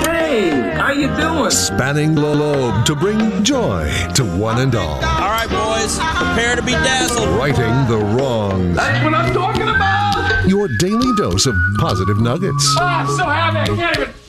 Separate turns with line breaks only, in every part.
Hey, how you doing?
Spanning the globe to bring joy to one and all.
All right, boys, prepare to be dazzled.
Righting the wrongs.
That's what I'm talking about.
Your daily dose of positive nuggets.
Ah, I'm so happy. I can't even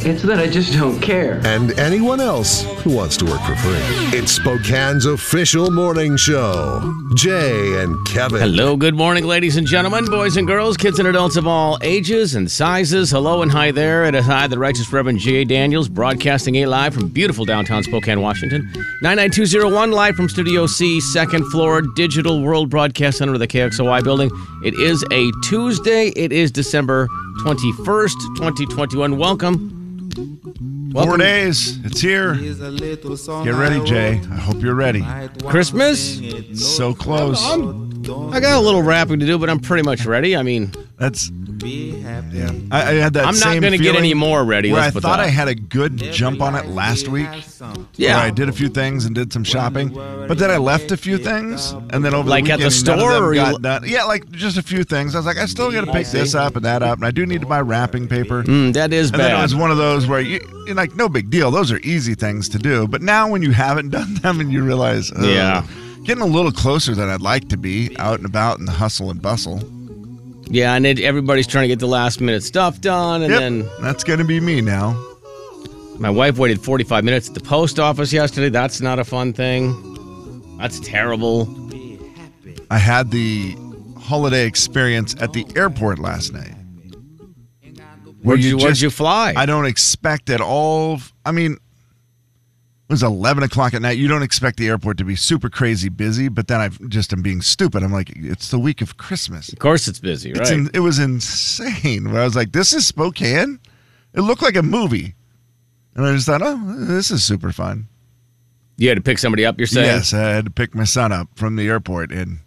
It's that I just don't care.
and anyone else who wants to work for free. It's Spokane's official morning show. Jay and Kevin.
Hello, good morning, ladies and gentlemen, boys and girls, kids and adults of all ages and sizes. Hello and hi there. It is I, the Righteous Reverend J.A. Daniels, broadcasting a live from beautiful downtown Spokane, Washington. 99201, live from Studio C, second floor, Digital World Broadcast Center of the KXOY building. It is a Tuesday. It is December 21st, 2021. Welcome.
Four days. It's here. Get ready, Jay. I hope you're ready.
Christmas?
So close.
I got a little wrapping to do, but I'm pretty much ready. I mean,
That's. Yeah. I, I had that
I'm not
same
going to get
feeling
any more ready.
Where
Let's
I
put
thought
that.
I had a good jump on it last week.
Yeah.
Where I did a few things and did some shopping, but then I left a few things, and then over
Like
the
at the
weekend, none of
store,
them
or you
got
l-
done. Yeah, like just a few things. I was like, I still got to pick
see.
this up and that up, and I do need to buy wrapping paper.
Mm, that is
And then it
bad.
was one of those where you, you're like, no big deal. Those are easy things to do. But now when you haven't done them and you realize, ugh,
Yeah.
getting a little closer than I'd like to be out and about in the hustle and bustle.
Yeah, and it, everybody's trying to get the last minute stuff done. And
Yep,
then
that's going to be me now.
my wife waited 45 minutes at the post office yesterday. That's not a fun thing. That's terrible.
I had the holiday experience at the airport last night. Where
Where'd you, where'd you fly?
I don't expect at all. I mean, it was 11 o'clock at night. You don't expect the airport to be super crazy busy, but then I have just am being stupid. I'm like, it's the week of Christmas.
of course it's busy, right?
It's in, it was insane. Where I was like, this is Spokane? It looked like a movie. And I just thought, oh, this is super fun.
you had to pick somebody up, you're saying?
Yes, I had to pick my son up from the airport, and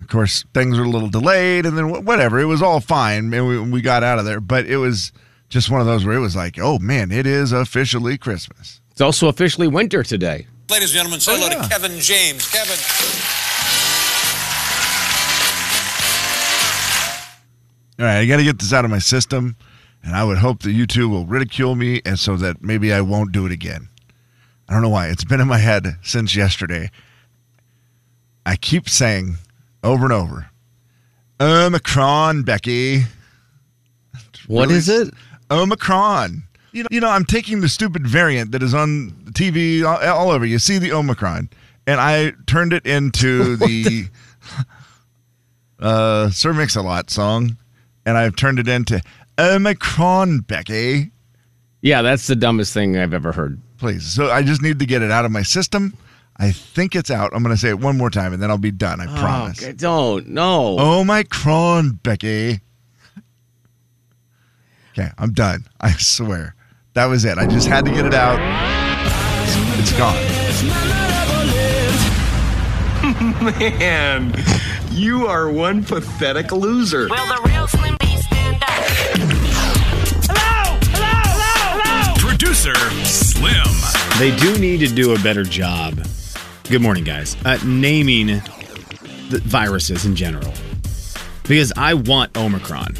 of course things were a little delayed, and then wh- whatever. It was all fine, and we we got out of there. But it was just one of those where it was like, oh man, it is officially Christmas.
It's also officially winter today.
Ladies and gentlemen, say
Oh,
hello
yeah.
to Kevin James. Kevin.
All right, I got to get this out of my system, and I would hope that you two will ridicule me, and so that maybe I won't do it again. I don't know why it's been in my head since yesterday. I keep saying over and over, Omicron, Becky.
What is it?
Omicron. You know, you know, I'm taking the stupid variant that is on TV all, all over. You see the Omicron, and I turned it into the uh, Sir Mix a Lot song, and I've turned it into Omicron, Becky.
Yeah, that's the dumbest thing I've ever heard.
Please. So I just need to get it out of my system. I think it's out. I'm going to say it one more time, and then I'll be done. I promise. Oh,
Oh, God, don't. No.
Omicron, Becky. Okay, I'm done. I swear. That was it. I just had to get it out. It's gone.
Man, you are one pathetic loser.
Will the real Slim B stand up?
Producer Slim.
They do need to do a better job. Good morning, guys. Uh, naming the viruses in general, because I want Omicron.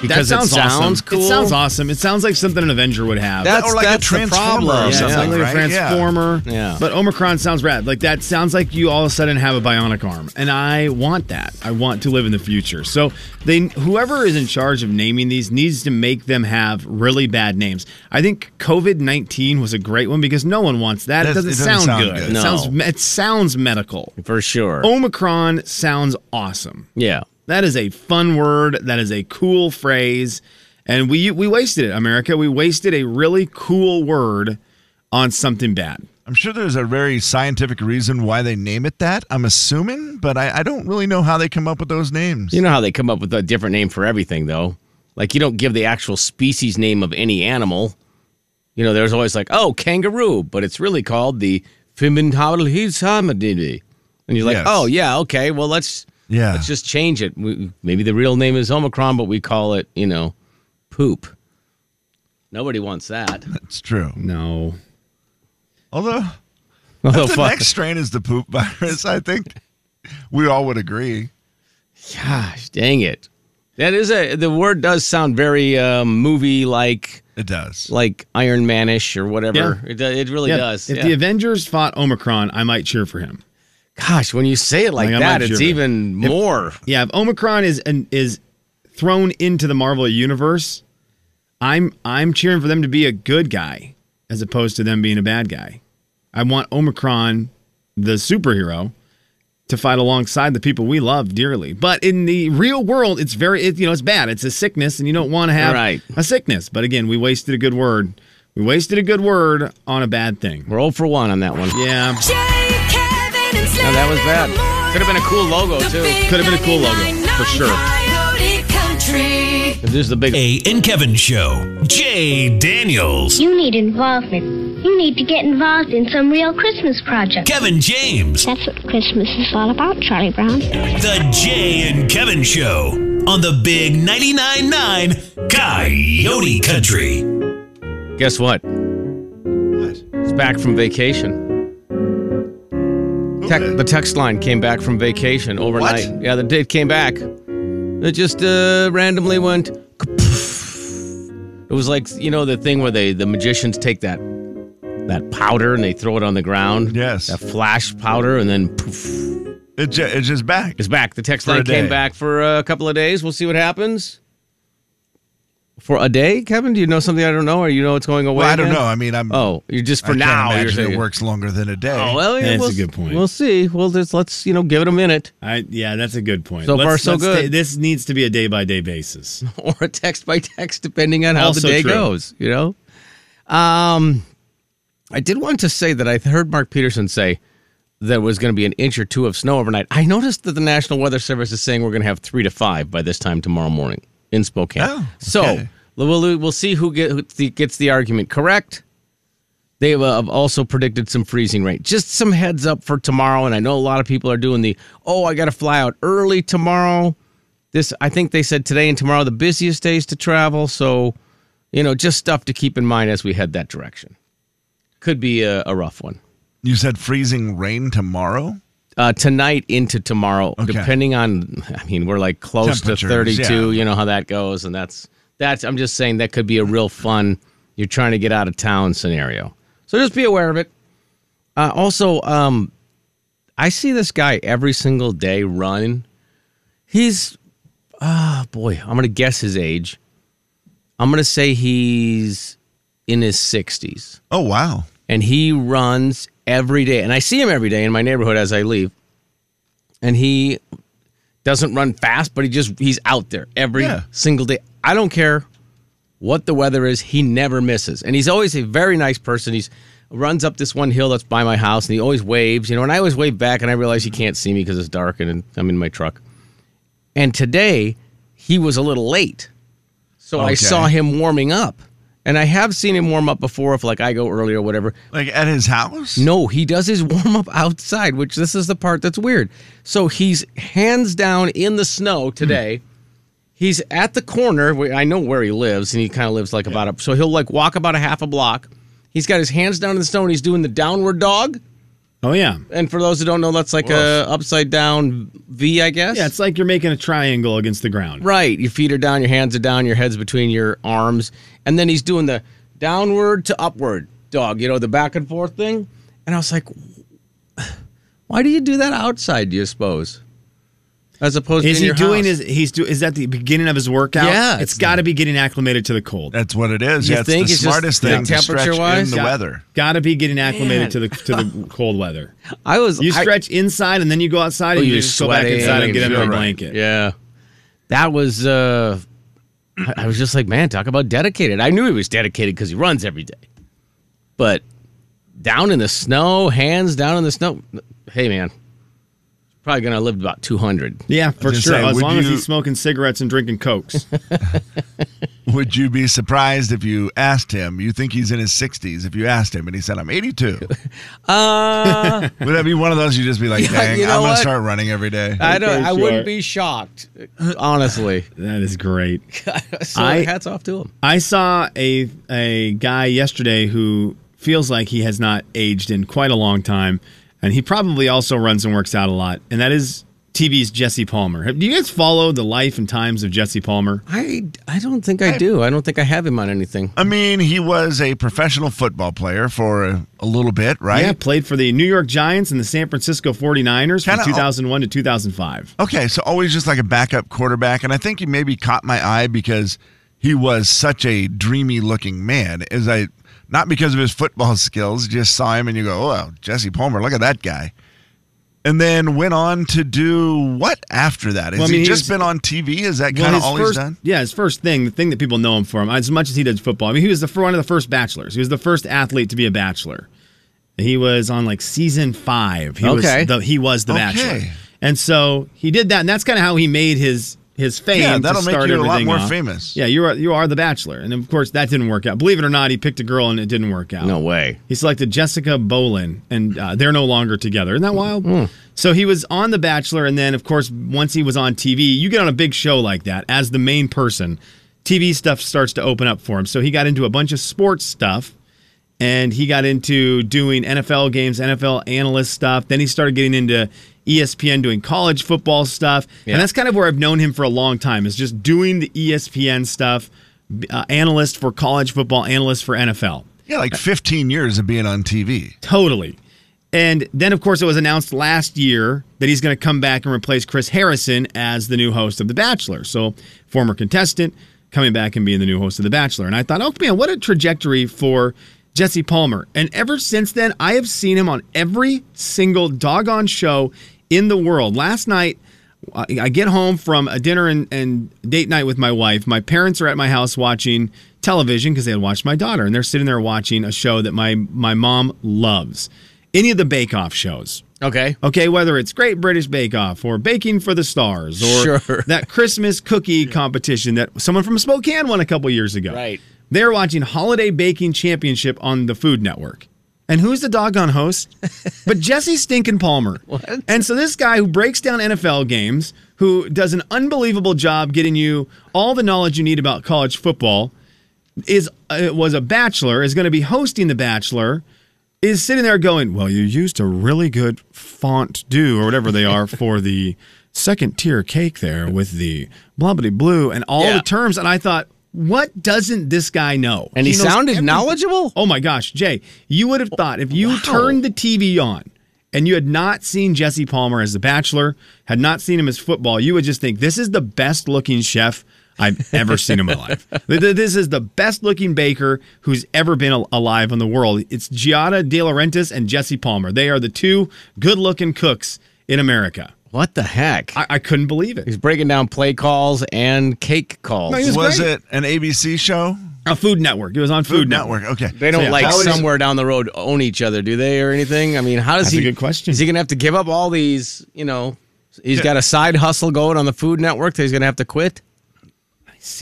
Because
That
it
sounds- sounds
awesome.
cool.
It sounds awesome. It sounds like something an Avenger would have.
That's,
Or like a
that's the
transformer or
problem.
yeah,
something.
sounds like a
right? Yeah.
transformer.
Yeah.
But Omicron sounds rad. Like that sounds like you all of a sudden have a bionic arm, and I want that. I want to live in the future. So they, whoever is in charge of naming these, needs to make them have really bad names. I think COVID nineteen was a great one because no one wants that.
That's-
it doesn't,
it doesn't
sound,
sound
good.
good.
It
No.
sounds me- it sounds medical.
For sure.
Oh.
Omicron sounds awesome.
yeah.
That is a fun word. That is a cool phrase. And we we wasted it, America. We wasted a really cool word on something bad.
I'm sure there's a very scientific reason why they name it that, I'm assuming, but I, I don't really know how they come up with those names.
You know how they come up with a different name for everything, though. Like you don't give the actual species name of any animal. You know, there's always like, oh, kangaroo, but it's really called the Fiminhamalhisamadibi. And you're like,
Yes.
oh yeah, okay. Well, let's
Yeah.
let's just change it. We, maybe the real name is Omicron, but we call it you know, poop. Nobody wants that.
That's true.
No.
Although,
Although,
if the
fuck-
next strain is the poop virus, I think we all would agree.
Gosh, dang it. That is a the word does sound very um, movie like.
It does.
Like Iron Manish or whatever. It, do- it really
Yeah,
does.
If
yeah.
the Avengers fought Omicron, I might cheer for him.
Gosh, when you say it like,
Like, I
that,
might
it's
cheer.
even
If-
more.
Yeah, if Omicron is an, is thrown into the Marvel universe, I'm I'm cheering for them to be a good guy as opposed to them being a bad guy. I want Omicron, the superhero, to fight alongside the people we love dearly. But in the real world, it's very it, you know it's bad. It's a sickness, and you don't want to have
Right.
a sickness. But again, we wasted a good word. We wasted a good word on a bad thing.
We're 0 for 1 on that one.
Yeah.
No, that was bad. Could have been a cool logo, too.
Could have been a cool logo, for sure.
This is the big
A and Kevin show. Jay Daniels.
You need involvement. You need to get involved in some real Christmas project.
Kevin James.
That's what Christmas is all about, Charlie Brown.
The Jay and Kevin show on the big 99.9 Coyote Country.
Guess what?
What?
It's back from vacation. Tec- the text line came back from vacation overnight. Yeah, the it came back. It just uh, randomly went. kapoof. It was like you know the thing where they the magicians take that that powder and they throw it on the ground.
Yes.
That flash powder and then poof,
It ju- it's just back.
it's back. The text
For a
line came
day.
back for uh, a couple of days. We'll see what happens. For a day, Kevin? Do you know something I don't know, or you know it's going away?
Well, I don't
again?
know. I mean, I'm.
Oh, you're just for
I
now.
Can't
you're
imagine
saying-
it works longer than a day.
Oh well, yeah,
That's
we'll
a
s-
good point.
We'll see. We'll just let's you know give it a minute
I yeah, that's a good point.
So far, so good.
stay- this needs to be a day by day basis.
or a text by text depending on how
Also
the day
true.
goes. You know. Um, I did want to say that I heard Mark Peterson say there was going to be an inch or two of snow overnight. I noticed that the National Weather Service is saying we're going to have three to five by this time tomorrow morning in Spokane.
Oh,
So
okay.
we'll we'll see who, get, who th- gets the argument correct. They have uh, also predicted some freezing rain. Just some heads up for tomorrow. And I know a lot of people are doing the, oh, I got to fly out early tomorrow. This, I think they said today and tomorrow, are the busiest days to travel. So, you know, just stuff to keep in mind as we head that direction. Could be a, a rough one.
You said freezing rain tomorrow.
Uh, tonight into tomorrow,
Okay.
depending on, I mean, we're like close to
Temperatures,
32.
yeah.
You know how that goes. And that's, that's, I'm just saying that could be a real fun, you're trying to get out of town scenario. So just be aware of it. Uh, also, um, I see this guy every single day running. He's, ah, boy, I'm going to guess his age. I'm going to say he's in his 60s
Oh wow.
and he runs every day. And I see him every day in my neighborhood as I leave. And he doesn't run fast, but he just he's out there every
Yeah.
single day. I don't care what the weather is, he never misses. And he's always a very nice person. He's runs up this one hill that's by my house and he always waves, you know, and I always wave back and I realize he can't see me because it's dark and I'm in my truck. And today he was a little late. So I
Okay.
saw him warming up. And I have seen him warm up before if like I go early or whatever.
Like at his house.
No, he does his warm up outside, which this is the part that's weird. So he's hands down in the snow today. He's at the corner. Where I know where he lives, and he kind of lives like about a. So he'll like walk about a half a block. He's got his hands down in the snow, and he's doing the downward dog.
Oh yeah,
And for those who don't know, that's like a upside down V, I guess.
yeah. It's like you're making a triangle against the ground.
Right. Your feet are down, your hands are down, your head's between your arms. And then he's doing the downward to upward dog, you know, the back and forth thing. And I was like, why do you do that outside, do you suppose? As opposed
Is
to in
he
your
doing
house?
his? He's do. Is that the beginning of his workout?
Yeah, it's-
it's got to be getting acclimated to the cold.
That's what it is.
You
yeah, it's
think
the
it's just
smartest
the
thing to stretch
temperature-wise?
in the
Yeah.
weather.
Got to be getting
Man.
acclimated to the to the cold weather.
I was
You
I-
stretch inside and then you go outside
Oh,
and you
you're
just go back
sweating.
inside and get under
You're
a
right.
blanket.
Yeah. That was uh I- I was just like, man, talk about dedicated. I knew he was dedicated because he runs every day. But down in the snow, hands down in the snow. Hey man. Probably gonna live about two hundred.
Yeah, for
just
sure.
saying,
as
would
long as
you-
he's smoking cigarettes and drinking cokes.
Would you be surprised if you asked him? You think he's in his 60s if you asked him and he said, I'm 82.
Uh,
Would that be one of those you just be like,
Yeah,
dang,
you know
I'm going
what?
to start running every day?
I don't. I wouldn't be shocked, honestly.
that is great.
so
I-
hats off to him.
I saw a a guy yesterday who feels like he has not aged in quite a long time, and he probably also runs and works out a lot. And that is TV's Jesse Palmer. Have- Do you guys follow the life and times of Jesse Palmer?
I I don't think I do. I don't think I have him on anything.
I mean, he was a professional football player for a, a little bit, right?
Yeah, played for the New York Giants and the San Francisco 49ers
Kinda-
from 2001 to 2005.
Okay, so always just like a backup quarterback, and I think he maybe caught my eye because he was such a dreamy looking man. As I not because of his football skills, just saw him and you go, "Oh, Jesse Palmer, look at that guy." And then went on to do what after that? Has
Well, I mean,
he
he
just
was-
been on TV? Is that
Well,
kind of
his
all he's
first-
done?
Yeah, his first thing, the thing that people know him for, as much as he did football. I mean, he was the one of the first bachelors. He was the first athlete to be a bachelor. He was on like season five. He
Okay.
was the, he was the bachelor,
Okay.
and so he did that, and that's kind of how he made his his fame.
Yeah,
to
that'll make
start
you a lot
everything
more
off.
famous.
Yeah, you are you are the bachelor, and of course that didn't work out. Believe it or not, he picked a girl and it didn't work out.
No way.
He selected Jessica Bolin, and uh, they're no longer together. Isn't that wild? So he was on The Bachelor, and then, of course, once he was on TV, you get on a big show like that as the main person, TV stuff starts to open up for him. So he got into a bunch of sports stuff, and he got into doing NFL games, NFL analyst stuff. Then he started getting into E ESPN doing college football stuff.
Yeah.
And that's kind of where I've known him for a long time is just doing the E ESPN stuff, b- uh, analyst for college football, analyst for NFL.
Yeah, like 15 years of being on TV.
Totally. And then, of course, it was announced last year that he's going to come back and replace Chris Harrison as the new host of The Bachelor. So, former contestant coming back and being the new host of The Bachelor. And I thought, oh man, what a trajectory for Jesse Palmer. And ever since then, I have seen him on every single doggone show in the world. Last night, I I get home from a dinner and, and date night with my wife. My parents are at my house watching television because they had watched my daughter, and they're sitting there watching a show that my my mom loves. Any of the Bake Off shows.
Okay.
Okay, whether it's Great British Bake Off or Baking for the Stars or
Sure.
that Christmas cookie competition that someone from Spokane won a couple years ago.
Right.
They're watching Holiday Baking Championship on the Food Network. And who's the doggone host? but Jesse Stinkin' Palmer. And so this guy who breaks down NFL games, who does an unbelievable job getting you all the knowledge you need about college football, is uh, was a bachelor, is going to be hosting the Bachelor, is sitting there going, "Well, you used a really good font do or whatever they are for the second tier cake there with the blah blah blue and all
Yeah.
the terms." And I thought, what doesn't this guy know?
And he
knows
sounded
everything.
knowledgeable?
Oh my gosh, Jay, you would have thought if you
Wow.
turned the TV on and you had not seen Jesse Palmer as The Bachelor, had not seen him as football, you would just think this is the best looking chef I've ever seen in my life. Th- th- This is the best looking baker who's ever been al- alive in the world. It's Giada De Laurentiis and Jesse Palmer. They are the two good looking cooks in America.
What the heck?
I, I couldn't believe it.
He's breaking down play calls and cake calls.
No, he was
Was
great.
it an ABC show?
A Food Network. It was on Food,
Food
Network.
Network. Okay.
They don't
Yeah.
like
How is-
somewhere down the road own each other, do they, or anything? I mean, how does
That's a
he?
good question.
Is he gonna have to give up all these? You know, he's got a side hustle going on the Food Network that he's gonna have to quit.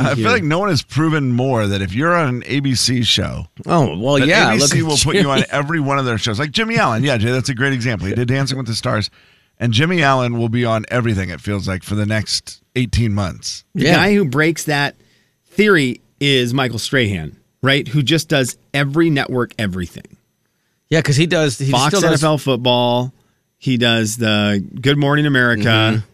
I feel like no one has proven more that if you're on an ABC show,
Oh well,
But
yeah.
ABC
at
will put
Jimmy.
you on every one of their shows. Like Jimmy Allen, yeah, Jay, that's a great example. He did Dancing with the Stars, and Jimmy Allen will be on everything. It feels like for the next eighteen months.
The
Yeah.
guy who breaks that theory is Michael Strahan, right? Who just does every network everything.
Yeah, because he does. He
Fox
still does.
NFL football. He does the Good Morning
Mm-hmm.
America.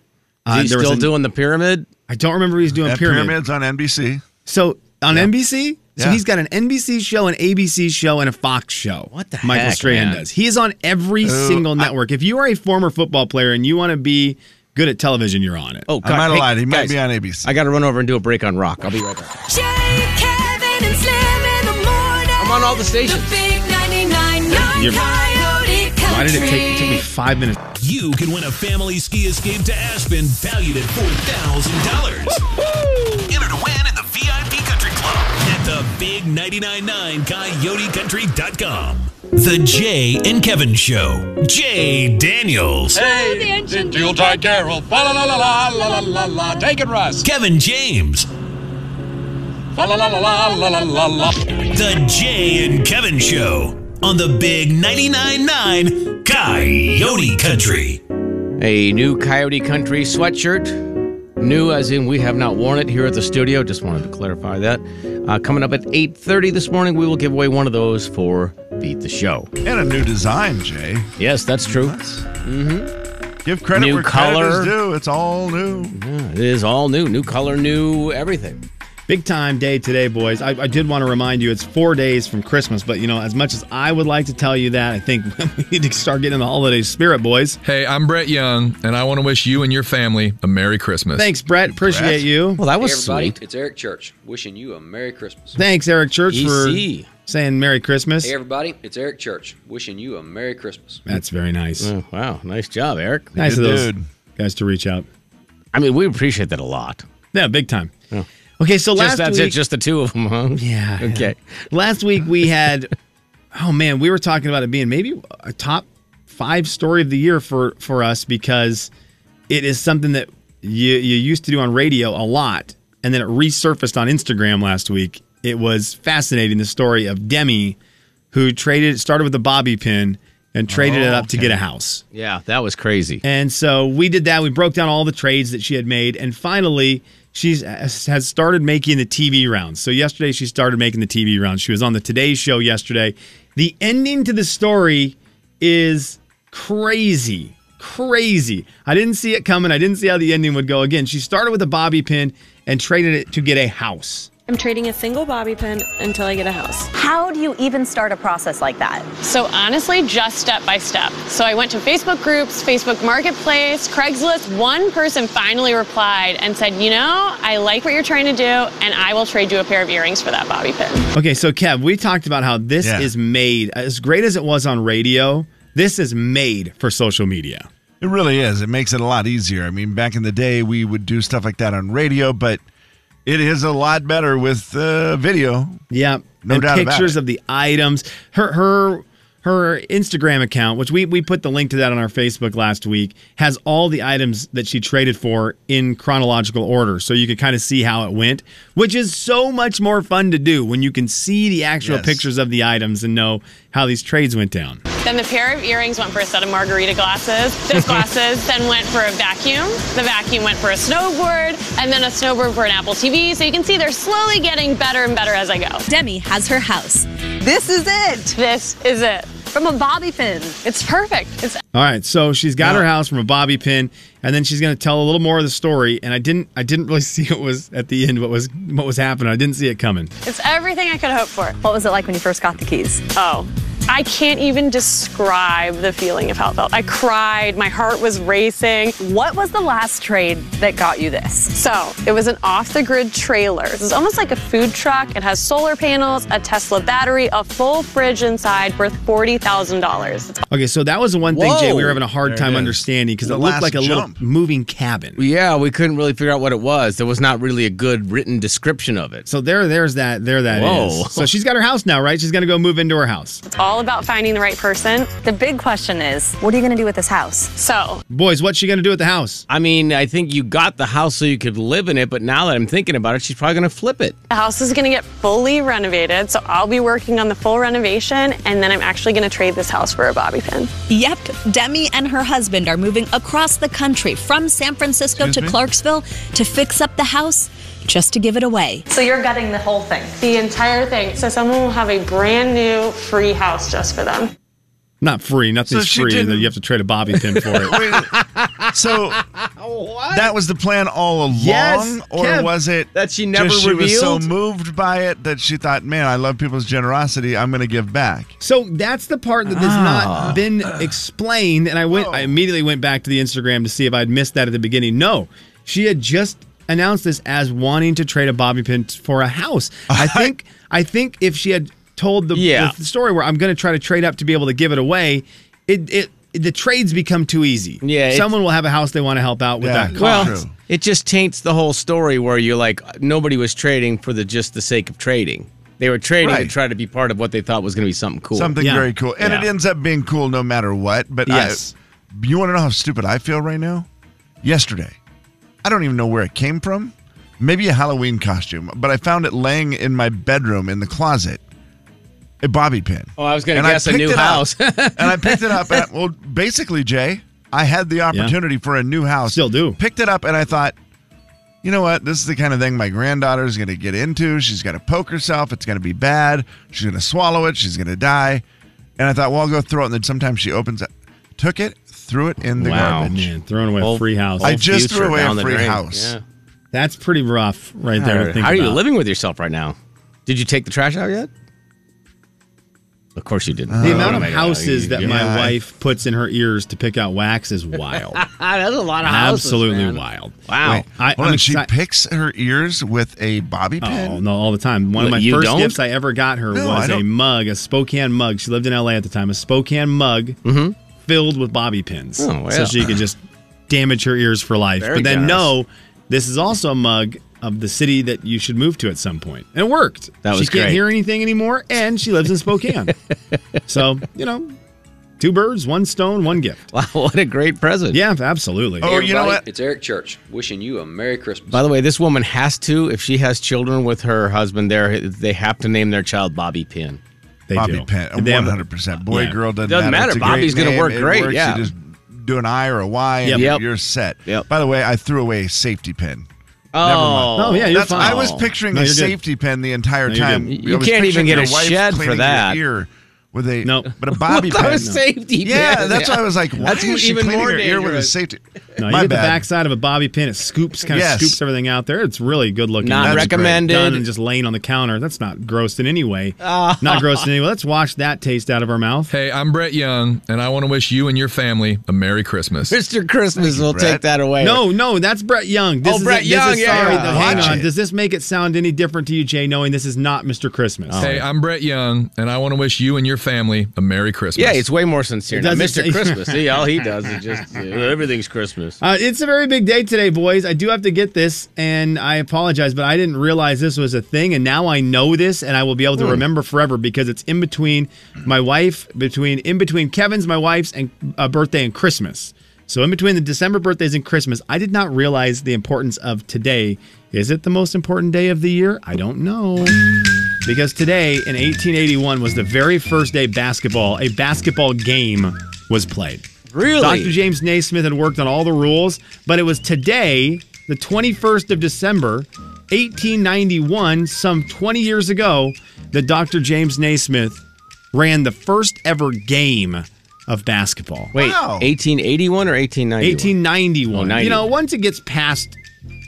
Uh,
He's
there was
still
a-
doing the pyramid.
I don't remember he's doing
That
pyramid.
pyramids on NBC.
So on NBC, so
Yeah.
he's got an NBC show, an ABC show, and a Fox show.
What the
Michael
heck,
Strahan
man?
does. He is on every single network. if you are a former football player and you want to be good at television, you're on it.
Oh, God.
I might have
Hey,
lied. He might
guys,
be on ABC.
I got to run over and do a break on rock. I'll be right back.
Jay, Kevin, and Slim in the morning.
I'm on all the stations.
The big 99.9
You're-
Coyote Country.
Why did it take? It took me five minutes.
You can win a family ski escape to Aspen valued at $4,000. Enter to win at the VIP Country Club at the big 999 coyotecountry.com. The Jay and Kevin Show. Jay Daniels.
The engine
Yuletide Carol. Fa la la la la la la la la. Take it, Russ.
Kevin James.
La la la la la la la la.
The Jay and Kevin Show on the Big 99.9 Coyote Country.
A new Coyote Country sweatshirt. New as in we have not worn it here at the studio. Just wanted to clarify that. Uh, coming up at 8.30 this morning, we will give away one of those for Beat the Show.
And a new design, Jay.
Yes, that's true.
mm-hmm. Give credit
New
where credit
color.
is due. It's all new.
Yeah, it is all new. New color, new everything.
Big time day today, boys. I, I did want to remind you it's four days from Christmas, but you know, as much as I would like to tell you that, I think we need to start getting in the holiday spirit, boys.
Hey, I'm Brett Young, and I want to wish you and your family a Merry Christmas.
Thanks, Brett. Appreciate
Brett.
you.
Well, that was
Hey, everybody, it's Eric Church wishing you a Merry Christmas.
Thanks, Eric Church,
EC.
E
for saying Merry Christmas.
Hey, everybody, it's Eric Church wishing you a Merry Christmas.
That's very nice.
Oh, wow, nice job, Eric.
Nice
Good
of those
dude.
guys to reach out.
I mean, we appreciate that a lot.
Yeah, big time. Okay, so
just,
last
that's
week,
it, just the two of them, huh?
Yeah.
Okay.
Last week we had, oh man, we were talking about it being maybe a top five story of the year for for us because it is something that you you used to do on radio a lot, and then it resurfaced on Instagram last week. It was fascinating the story of Demi, who traded started with a bobby pin and traded it up to get a house.
Yeah, that was crazy.
And so we did that. We broke down all the trades that she had made, and finally she's has started making the TV rounds. So yesterday she started making the TV rounds. She was on the Today Show yesterday. The ending to the story is crazy, crazy. I didn't see it coming. I didn't see how the ending would go. Again, she started with a bobby pin and traded it to get a house.
I'm trading a single bobby pin until I get a house.
How do you even start a process like that?
So honestly, just step by step. So I went to Facebook groups, Facebook Marketplace, Craigslist. One person finally replied and said, "You know, I like what you're trying to do, and I will trade you a pair of earrings for that bobby pin."
Okay, so Kev, we talked about how this
Yeah.
is made as great as it was on radio. This is made for social media.
It really is. It makes it a lot easier. I mean, back in the day, we would do stuff like that on radio, but it is a lot better with uh, video.
Yeah,
No
and
doubt about
pictures of the items. Her her her Instagram account, which we we put the link to that on our Facebook last week, has all the items that she traded for in chronological order, so you can kind of see how it went, which is so much more fun to do when you can see the actual
Yes.
pictures of the items and know how these trades went down.
Then the pair of earrings went for a set of margarita glasses. Those glasses then went for a vacuum. The vacuum went for a snowboard, and then a snowboard for an Apple TV. So you can see they're slowly getting better and better as I go. Demi has her house. This is it. This is it. From a bobby pin. It's perfect. It's
All right, so she's got her house from a bobby pin, and then she's going to tell a little more of the story. And I didn't, I didn't really see it was at the end what was what was happening. I didn't see it coming.
It's everything I could hope for. What was it like when you first got the keys? Oh, I can't even describe the feeling of how it felt. I cried, my heart was racing. What was the last trade that got you this? So, it was an off the grid trailer. It's almost like a food truck. It has solar panels, a Tesla battery, a full fridge inside worth $40,000. It's
Okay, so that was the one thing, Jay, we
Whoa.
were having a hard
There it
time
is.
understanding because
The
it looked
last
like a
jump.
little moving cabin.
Yeah, we couldn't really figure out what it was. There was not really a good written description of it.
So there, there's that. There, that is.
Whoa.
So she's got her house now, right? She's gonna go move into her house.
It's all about finding the right person. The big question is, what are you going to do with this house? So,
Boys, what's she gonna do with the house?
I mean, I think you got the house so you could live in it, but now that I'm thinking about it, she's probably going to flip it.
The house is going to get fully renovated, so I'll be working on the full renovation, and then I'm actually going to trade this house for a bobby pin.
Yep, Demi and her husband are moving across the country from San Francisco
Excuse
to
me?
Clarksville to fix up the house just to give it away.
So you're gutting the whole thing? The entire thing. So someone will have a brand new free house just for them.
Not free. Nothing's
So she
free.
didn't-
You have to trade a bobby pin for it.
So that was the plan all along,
Yes,
or
Kev.
was it
That she never
just she was so
revealed?
moved by it that she thought, "Man, I love people's generosity. I'm going to give back."
So that's the part that has
Ah.
not been explained. And I went, I immediately went back to the Instagram to see if I'd missed that at the beginning. No, she had just announced this as wanting to trade a bobby pin t- for a house. I think, I think if she had told the,
Yeah.
the story where I'm going to try to trade up to be able to give it away, it, it, the trades become too easy.
Yeah, it-
someone will have a house they want to help out with that cost.
well, it just taints the whole story where you're like nobody was trading for the just the sake of trading. They were trading to
Right.
try to be part of what they thought was going to be something cool.
Something very cool, and it
Yeah.
ends up being cool no matter what. But
Yes.
I, you want to know how stupid I feel right now? Yesterday, I don't even know where it came from, maybe a Halloween costume, but I found it laying in my bedroom in the closet. A bobby pin.
Oh, I was going
And
to
I
guess a
picked
new
it up.
house.
and I picked it up. And I- well, basically, Jay, I had the opportunity for a new house. Still do. Picked it up, and I thought, you know what? This is the kind of thing my granddaughter's going to get into. She's going to poke herself. It's going to be bad. She's going to swallow it. She's going to die. And I thought, well, I'll go throw it. And then sometimes she opens it, took it, threw it in the
wow,
garbage.
man, throwing away a free house.
I just threw away a free house.
That's pretty rough, right there. To think
How are you
about.
living with yourself right now? Did you take the trash out yet? Of course you didn't.
The
Oh,
amount of
my God.
houses that my
Yeah.
wife puts in her ears to pick out wax is wild.
That's a lot of houses.
Absolutely
man.
wild.
Wow.
Wait, I,
Hold
I'm
on, she
exci-
picks her ears with a bobby pin.
Oh no! All the time. One of my
What, you
1st
don't?
gifts I ever got her
No, I
was a
don't.
mug, a Spokane mug. She lived in L.A. at the time. A Spokane mug filled with bobby pins,
Mm-hmm. Oh, wow.
so she could just damage her ears for life.
Very
but then
generous.
no, this is also a mug of the city that you should move to at some point, and it worked.
That
she
was
can't
great.
hear anything anymore, and she lives in Spokane. so you know, two birds, one stone, one gift.
Wow, what a great present!
Yeah, absolutely.
Oh,
Hey, everybody, It's Eric Church wishing you a Merry Christmas.
By the way, this woman has to, if she has children with her husband there, they have to name their child Bobby Pin.
They
Bobby
do.
Pin,
They have-
100%. Boy,
Yeah.
girl, doesn't,
Doesn't matter.
It's a
Bobby's
great
gonna
name.
work
It
great,
works.
yeah.
You just do an I or a Y, and
Yep.
you're-
Yep.
you're set.
Yep.
By the way, I threw away a safety pin.
Oh.
Oh, yeah, you're
That's,
fine.
I was picturing
No,
a
you're good.
safety pin the entire
No, you're
time.
good.
I
You
was
can't even
picturing
get
your
a
wife
shed for
cleaning your
that.
ear with a
Nope.
but a bobby
With a
pin.
safety
Yeah,
pin.
that's why I was like, why
That's
is she
even
cleaning
more
her ear with a
dangerous.
safety?
No,
My
you get the
bad.
backside of a bobby pin. It scoops, kind
Yes.
of scoops everything out there. It's really good looking.
Not
That's
recommended.
great. Done and just laying on the counter. That's not gross in any way.
Ah.
Not gross in any way. Let's wash that taste out of our mouth.
Hey, I'm Brett Young, and I want to wish you and your family a Merry Christmas.
Mr. Christmas will
Brett.
take that away.
No, no, that's Brett Young. This
Oh,
is
Brett
this
Young,
Is,
yeah,
sorry,
yeah.
though, hang
Watch
on.
it.
Does this make it sound any different to you, Jay, knowing this is not Mr. Christmas?
Hey, I'm Brett Young, and I want to wish you and your family a Merry Christmas.
Yeah, it's way more sincere.
It
Now, Mr.
doesn't say-
Christmas. See, all he does is just uh, everything's Christmas.
Uh, it's a very big day today, boys. I do have to get this, and I apologize, but I didn't realize this was a thing, and now I know this, and I will be able to
Hmm.
remember forever because it's in between my wife, between in between Kevin's, my wife's, and uh, birthday and Christmas. So in between the December birthdays and Christmas, I did not realize the importance of today. Is it the most important day of the year? I don't know. Because today in 1881 was the very first day basketball, a basketball game was played.
Really?
Dr. James Naismith had worked on all the rules, but it was today, the 21st of December, 1891, some 20 years ago, that Dr. James Naismith ran the first ever game of basketball.
Wait, 1881 or 1891?
1891.
Oh,
you know,
91.
once it gets past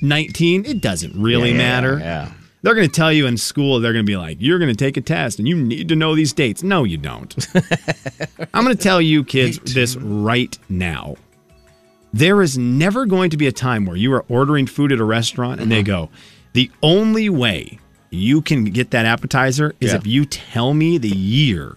19, it doesn't really
Yeah,
matter.
yeah.
They're going to tell you in school, they're going to be like, you're going to take a test and you need to know these dates. No, you don't. I'm going to tell you kids this right now. There is never going to be a time where you are ordering food at a restaurant and they go, the only way you can get that appetizer is
Yeah.
if you tell me the year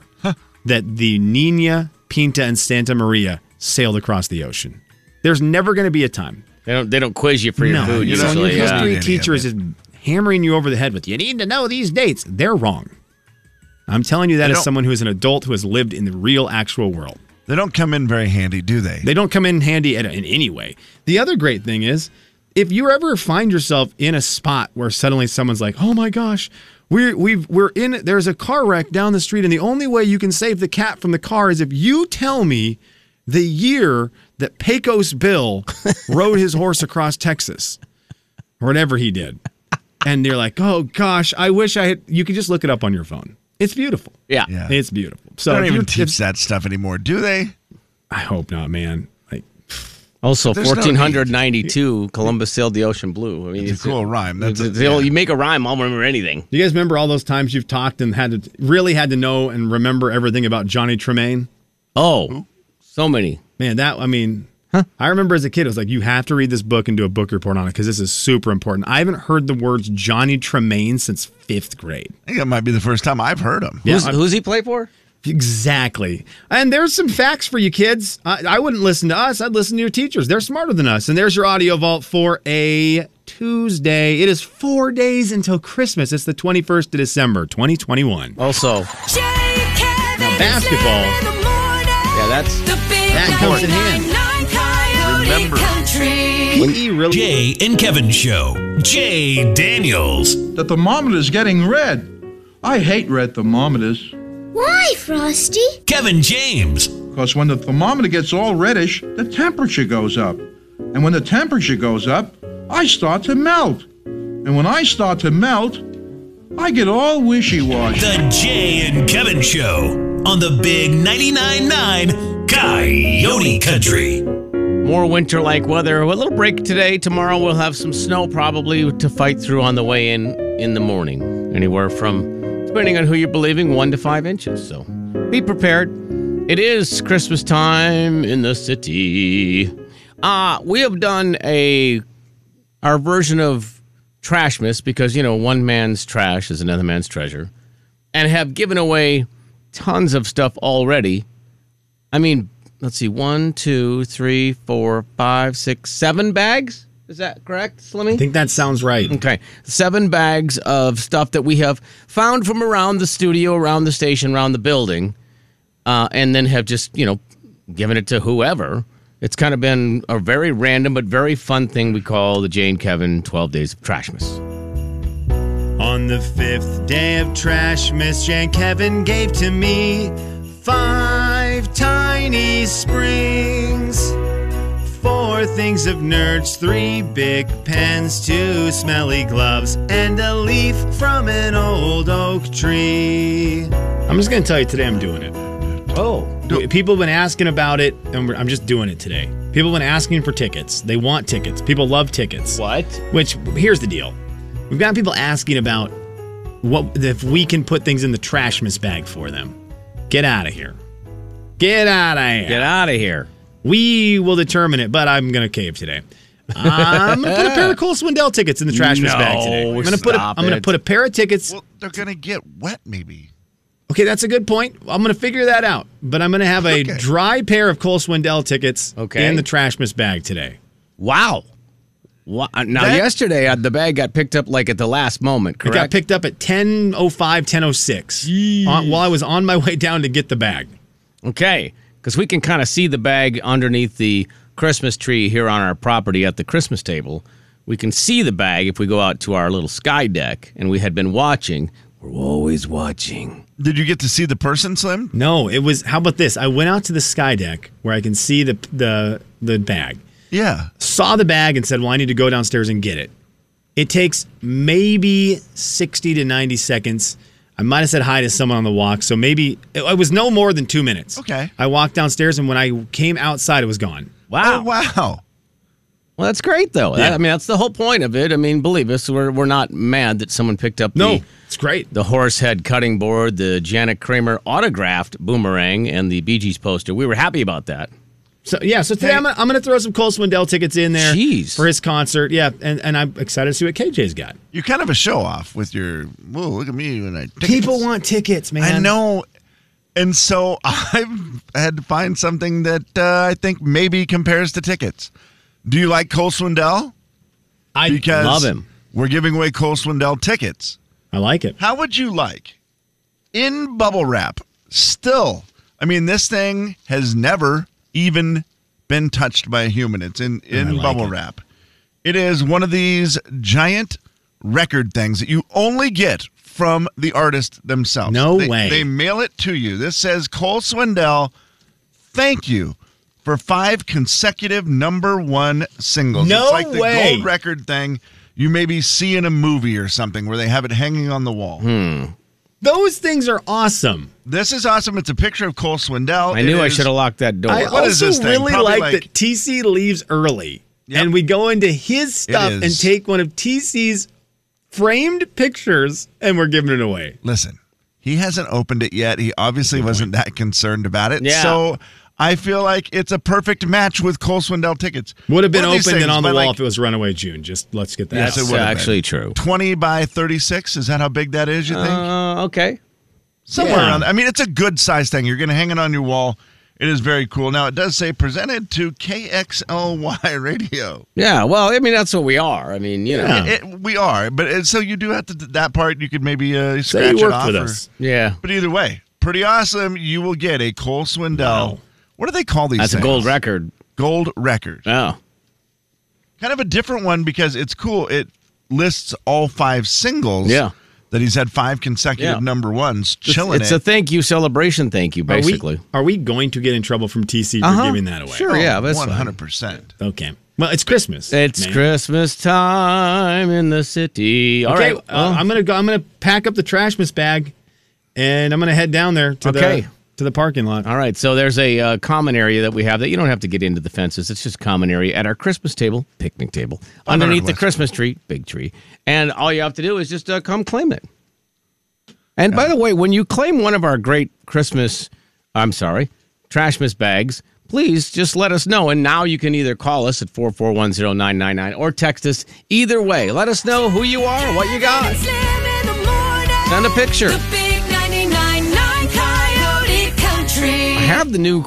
that the Nina, Pinta, and Santa Maria sailed across the ocean. There's never going to be a time.
They don't they don't quiz you for your
No,
food
you know, when
usually.
your
yeah.
history teacher is just hammering you over the head with you need to know these dates. They're wrong. I'm telling you that
They
as
don't-
someone who is an adult who has lived in the real actual world.
They don't come in very handy, do they?
They don't come in handy at, in any way. The other great thing is, if you ever find yourself in a spot where suddenly someone's like, "Oh my gosh, we're we've we're in there's a car wreck down the street, and the only way you can save the cat from the car is if you tell me the year that Pecos Bill rode his horse across Texas, or whatever he did," and they're like, "Oh gosh, I wish I had." You can just look it up on your phone. It's beautiful.
Yeah.
Yeah.
It's beautiful. So
They don't
if
even
you're-
teach
if-
that stuff anymore, do they?
I hope not, man. Like
Also,
There's no
1492, Columbus sailed the ocean blue. I mean,
It's a cool rhyme. That's a-
the- the old- You make a rhyme, I'll remember anything.
Do you guys remember all those times you've talked and had to really had to know and remember everything about Johnny Tremaine?
Oh,
Hmm?
so many.
Man, that I mean, I remember as a kid, it was like you have to read this book and do a book report on it because this is super important. I haven't heard the words Johnny Tremaine since fifth grade.
I think it might be the first time I've heard them.
who's,
I'm-
who's he play for?
Exactly. And there's some facts for you kids. I, I wouldn't listen to us. I'd listen to your teachers. They're smarter than us. And there's your audio vault for a Tuesday. It is four days until Christmas. It's the 21st of December, 2021.
Also,
Jay, Kevin,
Now, basketball.
Slim in the morning.
yeah, that's
The big
That comes
99.9
in handy.
Coyote
remember. Jay and Kevin show. Jay Daniels.
The thermometer's getting red. I hate red thermometers.
Why, Frosty?
Kevin James.
Because when the thermometer gets all reddish, the temperature goes up. And when the temperature goes up, I start to melt. And when I start to melt, I get all wishy washy.
The Jay and Kevin show on the big 99.9 Coyote Country.
More winter like weather. A little break today. Tomorrow we'll have some snow probably to fight through on the way in in the morning. Anywhere from, depending on who you're believing, one to five inches. So be prepared. It is Christmas time in the city. Uh, we have done a our version of Trashmas because, you know, one man's trash is another man's treasure and have given away tons of stuff already. I mean, let's see, one, two, three, four, five, six, seven bags. Is that correct, Slimmy? I
think that sounds right.
Okay. Seven bags of stuff that we have found from around the studio, around the station, around the building, uh, and then have just, you know, given it to whoever. It's kind of been a very random but very fun thing we call the Jane Kevin 12 Days of Trashmas.
On the fifth day of trash, Miss Jan Kevin gave to me five tiny springs, four things of nerds, three big pens, two smelly gloves, and a leaf from an old oak tree. I'm just going to tell you today I'm doing it.
Oh.
People have been asking about it, and we're- I'm just doing it today. People have been asking for tickets. They want tickets. People love tickets.
What?
Which, here's the deal we've got people asking about what if we can put things in the trash miss bag for them. Get out of here. Get out of here.
Get out of here.
We will determine it, but I'm going to cave today. I'm going to put a pair of Cole Swindell tickets in the trash miss bag today.
No,
I'm gonna put a,
stop
I'm going to
it.
put a pair of tickets.
They're gonna get wet, maybe.
Okay, that's a good point. I'm going to figure that out. But I'm going to have a dry pair of Cole Swindell tickets
Okay.
in the trash miss bag today.
Wow. Wha- uh, Now,
That-
yesterday, uh, the bag got picked up like at the last moment,
It
correct?
got picked up at 10.05, 10.06 on, while I was on my way down to get the bag.
Okay, because we can kind of see the bag underneath the Christmas tree here on our property at the Christmas table. We can see the bag if we go out to our little sky deck, and we had been watching. We're always watching.
Did you get to see the person, Slim?
No, it was. How about this? I went out to the sky deck where I can see the the the bag.
Yeah.
Saw the bag and said, "Well, I need to go downstairs and get it." It takes maybe sixty to ninety seconds. I might have said hi to someone on the walk, so maybe it, it was no more than two minutes.
Okay.
I walked downstairs, and when I came outside, it was gone.
Wow.
Oh, wow.
Well, that's great, though.
Yeah.
I mean, that's the whole point of it. I mean, believe us, we're, we're not mad that someone picked up
No,
the,
it's great.
the horse head cutting board, the Janet Kramer autographed boomerang, and the Bee Gees poster. We were happy about that.
So yeah, so today I'm, gonna, I'm gonna throw some Cole Swindell tickets in there
Jeez.
for his concert. Yeah, and, and I'm excited to see what KJ's got.
You're kind of a show off with your. Whoa, look at me when I.
People want tickets, man.
I know. And so I've had to find something that uh, I think maybe compares to tickets. Do you like Cole Swindell?
I
because
love him.
We're giving away Cole Swindell tickets.
I like it.
How would you like in bubble wrap? Still, I mean, this thing has never even been touched by a human. It's in in bubble wrap. It is one of these giant record things that you only get from the artist themselves.
No
They-
way.
They mail it to you. This says Cole Swindell. Thank you for five consecutive number one singles.
No
it's like the
way.
gold record thing you maybe see in a movie or something where they have it hanging on the wall.
Those things are awesome.
This is awesome. It's a picture of Cole Swindell.
I knew I should have locked that door.
I
What is
also
this thing?
really
Probably
like,
like-
that TC leaves early, and we go into his stuff
is.
and take one of TC's framed pictures, and we're giving it away.
Listen, he hasn't opened it yet. He obviously wasn't that concerned about it.
Yeah.
So I feel like it's a perfect match with Cole Swindell tickets.
Would have been
One of these
opened and
things
on the
by,
wall
like,
if it was Runaway June. Just let's get that.
Yes,
out.
it
That's
would've been.
actually true.
20 by 36. Is that how big that is, you think?
Uh, okay.
Somewhere
yeah.
around. I mean, it's a good size thing. You're going to hang it on your wall. It is very cool. Now, it does say presented to KXLY Radio.
Yeah, well, I mean, that's what we are. I mean, you know.
It, it- we are, but it, so you do have to that part. You could maybe uh,
Say
scratch
you
it
worked
off.
with
or-
us.
Yeah.
But either way, pretty awesome. You will get a Cole Swindell. What do they call these?
That's a
things?
gold record.
gold record.
Oh.
Kind of a different one because it's cool. It lists all five singles.
Yeah.
That he's had five consecutive
Yeah.
number ones, chilling
it's
it.
a thank you celebration. Thank you, basically.
Are we, Oh, are we going to get in trouble from TC for
Uh-huh.
giving that away?
Sure,
Oh,
yeah, that's fine.
100%.
Okay. Well, it's Christmas.
It's
man.
Christmas time in the city. All
okay,
right,
uh, I'm gonna go. I'm gonna pack up the trash miss bag, and I'm gonna head down there to
Okay.
the to the parking lot.
All right, so there's a uh, common area that we have that you don't have to get into the fences. It's just common area at our Christmas table, picnic table, underneath the
Northwest.
Christmas tree, big tree, and all you have to do is just uh, come claim it. And by the way, when you claim one of our great Christmas, I'm sorry, trash miss bags, please just let us know. And now you can either call us at 4410999 or text us. Either way, let us know who you are, Oh, what you got. Send a picture.
The big 99.9 Coyote Country.
I have the new